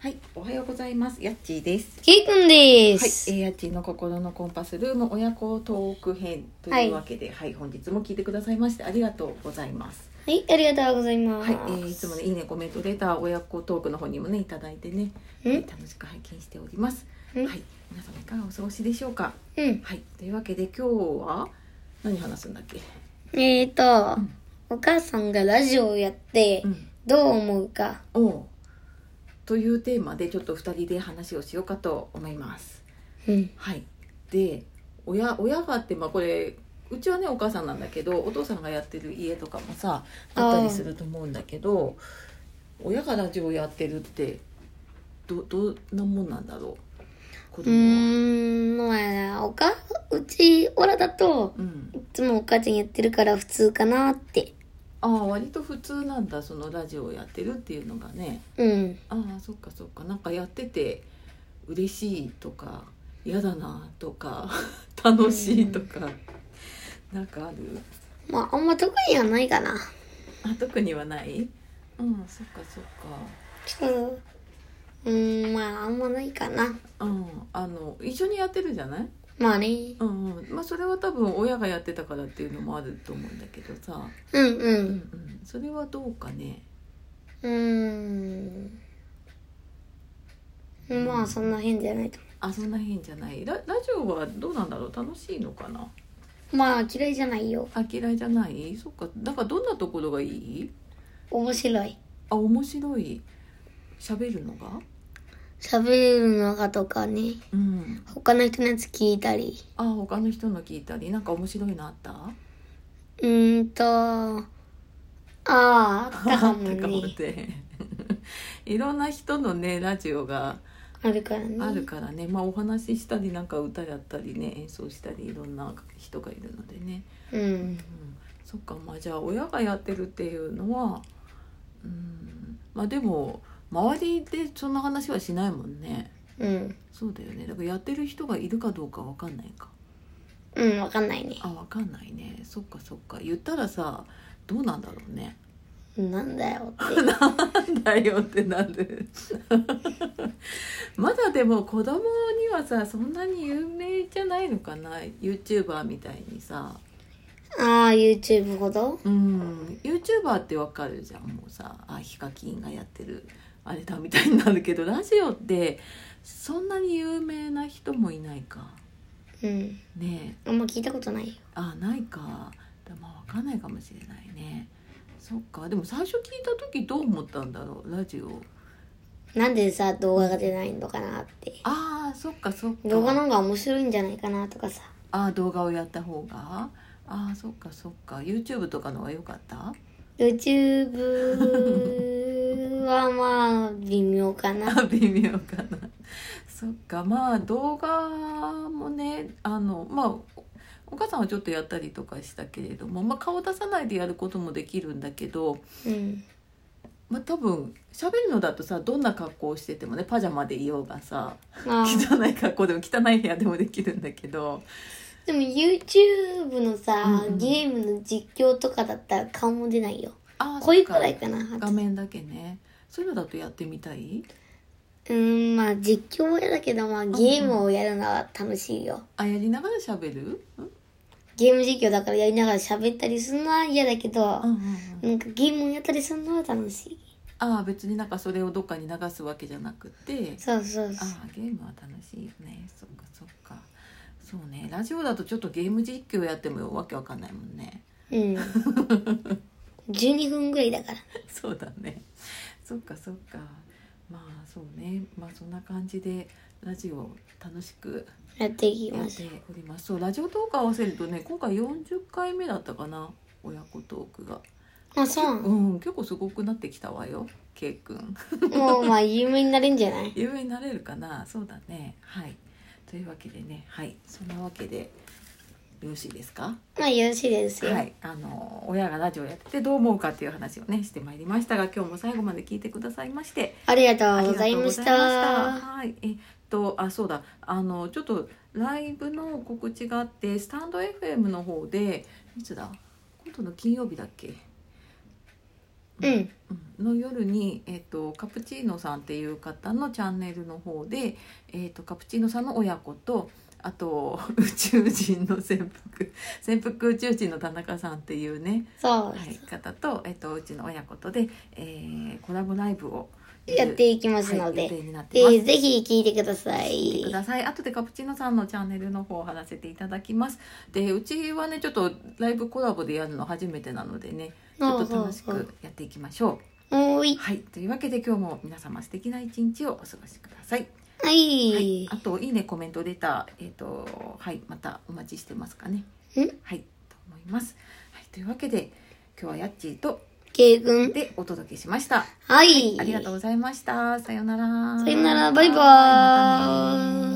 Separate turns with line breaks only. はい、おはようございます。やっちーです。
ケイくん
は
で
い、え
す。
ー、やっちーの心のコンパスルーム親子トーク編と
は
いう
い
わけで、はい、本日も聞いてくださいましてありがとうございます。
はい、ありがとうございま
は
す。
い、えー、いつもね、いいね、コメント、レター、親子トークの方にもね、いただいてね、
うん
えー楽しく拝見しております。は
うん
い、皆様いかがお過ごしでしょうか。
うん。
はい、というわけで今日は何話すんだっけ？
えーと、
ん
お母さんがラジオをやって
う、ん、
どう思うか。
おうというテーマでちょっと二人で話をしようかと思います。
うん。
はい、で親親がって、まあ、これうちはねお母さんなんだけどお父さんがやってる家とかもさあったりすると思うんだけど親がラジオやってるってどどんなもんなんだろう子
うー
供は。
ん、まあな、おか、うち、オラだと、
うん
い、つもお母ちゃんやってるから普通かなって。
ああ割と普通なんだそのラジオやってるっていうのがね
うん。
ああそっかそっかなんかやってて嬉しいとか嫌だなとか 楽しいとか、なんかある
まあ、あんま特にはないかな。
あ特にはないうんそっかそっか
ちょっと、うーん、まあ、あんまないかな。
うんあの一緒にやってるじゃない
まあね。
うんうんまあそれは多分親がやってたからっていうのもあると思うんだけどさ
うん
う
う
ん
ん。
うんそれはどうかね
うーん。まあ、そんな変じゃないと思
あそんな変じゃないララジオはどうなんだろう楽しいのかな
う。まあ、嫌いじゃないよ。
あ嫌いじゃないそっかだからどんなところがいい
面白い
あ面白い喋るのが
喋るのがとかね
うん
他の人のやつ聞いたり
あ他の人の聞いたりなんか面白いの あった
うーんとあああった かも
高尾
ね
でいろんな人のねラジオが
あるからね
あるからね、まあお話ししたりなんか歌やったりね演奏したりいろんな人がいるのでね、
う
うん
ん
そっかまあじゃあ親がやってるっていうのはうんまあでも周りでそんな話はしないもんね
うん
そうだよねだからやってる人がいるかどうかわかんないか
うんわかんないね
あわかんないねそっかそっか言ったらさどうなんだろうね
なんだよって
なんだよってなるまだでも子供にはさそんなに有名じゃないのかな YouTuber みたいにさ
ああ YouTube ほど
うん YouTuber ってわかるじゃんもうさあヒカキンがやってるあれだみたいになるけどラジオってそんなに有名な人もいないか
うん
ねえ
あんま聞いたことないよ
あないかだまあわかんないかもしれないねそっかでも最初聞いた時どう思ったんだろうラジオ
なんでさ動画が出ないのかなって
あーそっかそっか
動画の方が面白いんじゃないかなとかさ
ああ動画をやった方がああそっかそっか YouTube とかの方が良かった
YouTube はまあ微妙かな
あ微妙かなそっかまあ動画もねあのまあおお母さんはちょっとやったりとかしたけれども、まあ、顔出さないでやることもできるんだけど、
うん
まあ、多分喋るのだとさどんな格好をしててもねパジャマでいようがさ
まあ
汚い格好でも汚い部屋でもできるんだけど
でも YouTube のさ、
うんうん
ゲームの実況とかだったら顔も出ないよ。
ああ
こういうく
そっから
いかな。あと
画面だけねそういうのだとやってみたいう
ーん、まあ実況は嫌だけど、まあゲームをやるのは楽しいよ。
あやりながら喋るうん
ゲーム実況だからやりながら喋ったりするのは嫌だけど、
うんうんうん
なんかゲームをやったりするのは楽しい。
ああ別になんかそれをどっかに流すわけじゃなくて
そうそうそう。
ああゲームは楽しいよねそっかそっかそうねラジオだとちょっとゲーム実況やってもわけわかんないもんね
うん。12分ぐらいだから。
そうだねそっかそっかまあそうねまあそんな感じでラジオ楽しく
やっていき
やっ
ま
て
しょう。
おりますそうラジオトーク合わせるとね今回40回目だったかな親子トークが
まあそうなの
うん結構すごくなってきたわよ K 君
もうまあ有名になれんじゃない
有名になれるかなそうだねはいというわけでねはいそんなわけでよろしいですか
まあよろしいですよ。
はいあの親がラジオやっててどう思うかっていう話をねしてまいりましたが今日も最後まで聞いてくださいまして
ありが
あ
と
り
うご
が
ざ
と
いう
ご
ま
ざいま
し
した
た。
はいえっとあそうだあのちょっとライブの告知があってスタンド FM の方でいつだ今度の金曜日だっけ
うん
の夜に、えっとカプチーノさんっていう方のチャンネルの方で、えっとカプチーノさんの親子とあと 宇宙人の潜伏潜伏宇宙人の田中さんっていうね、
そう
は
です、
い、方と、えっとうちの親子とで、えーコラボライブを
やっていきます
は
の
い
で、
予定になっています。
でぜひ聞いてくださ
聞いてく
い
ださい。後でカプチーノさんのチャンネルの方を貼らせていただきます。で、うちはね、ちょっとライブコラボでやるの初めてなのでね、ちょっと楽し
そうそう
くやっていきましょ
おー
う。
い
はい、というわけで今日も皆様素敵な一日をお過ごしください。
は
はい
い、
あといいねコメントレター、えっ、とはいまたお待ちしてますかね。
ん
はいと思います。はいというわけで今日はやっちーと
ケイ君
でお届けしました。
はい
ありがとうございました。さようなら。
さようならバイバーイ
はいまたね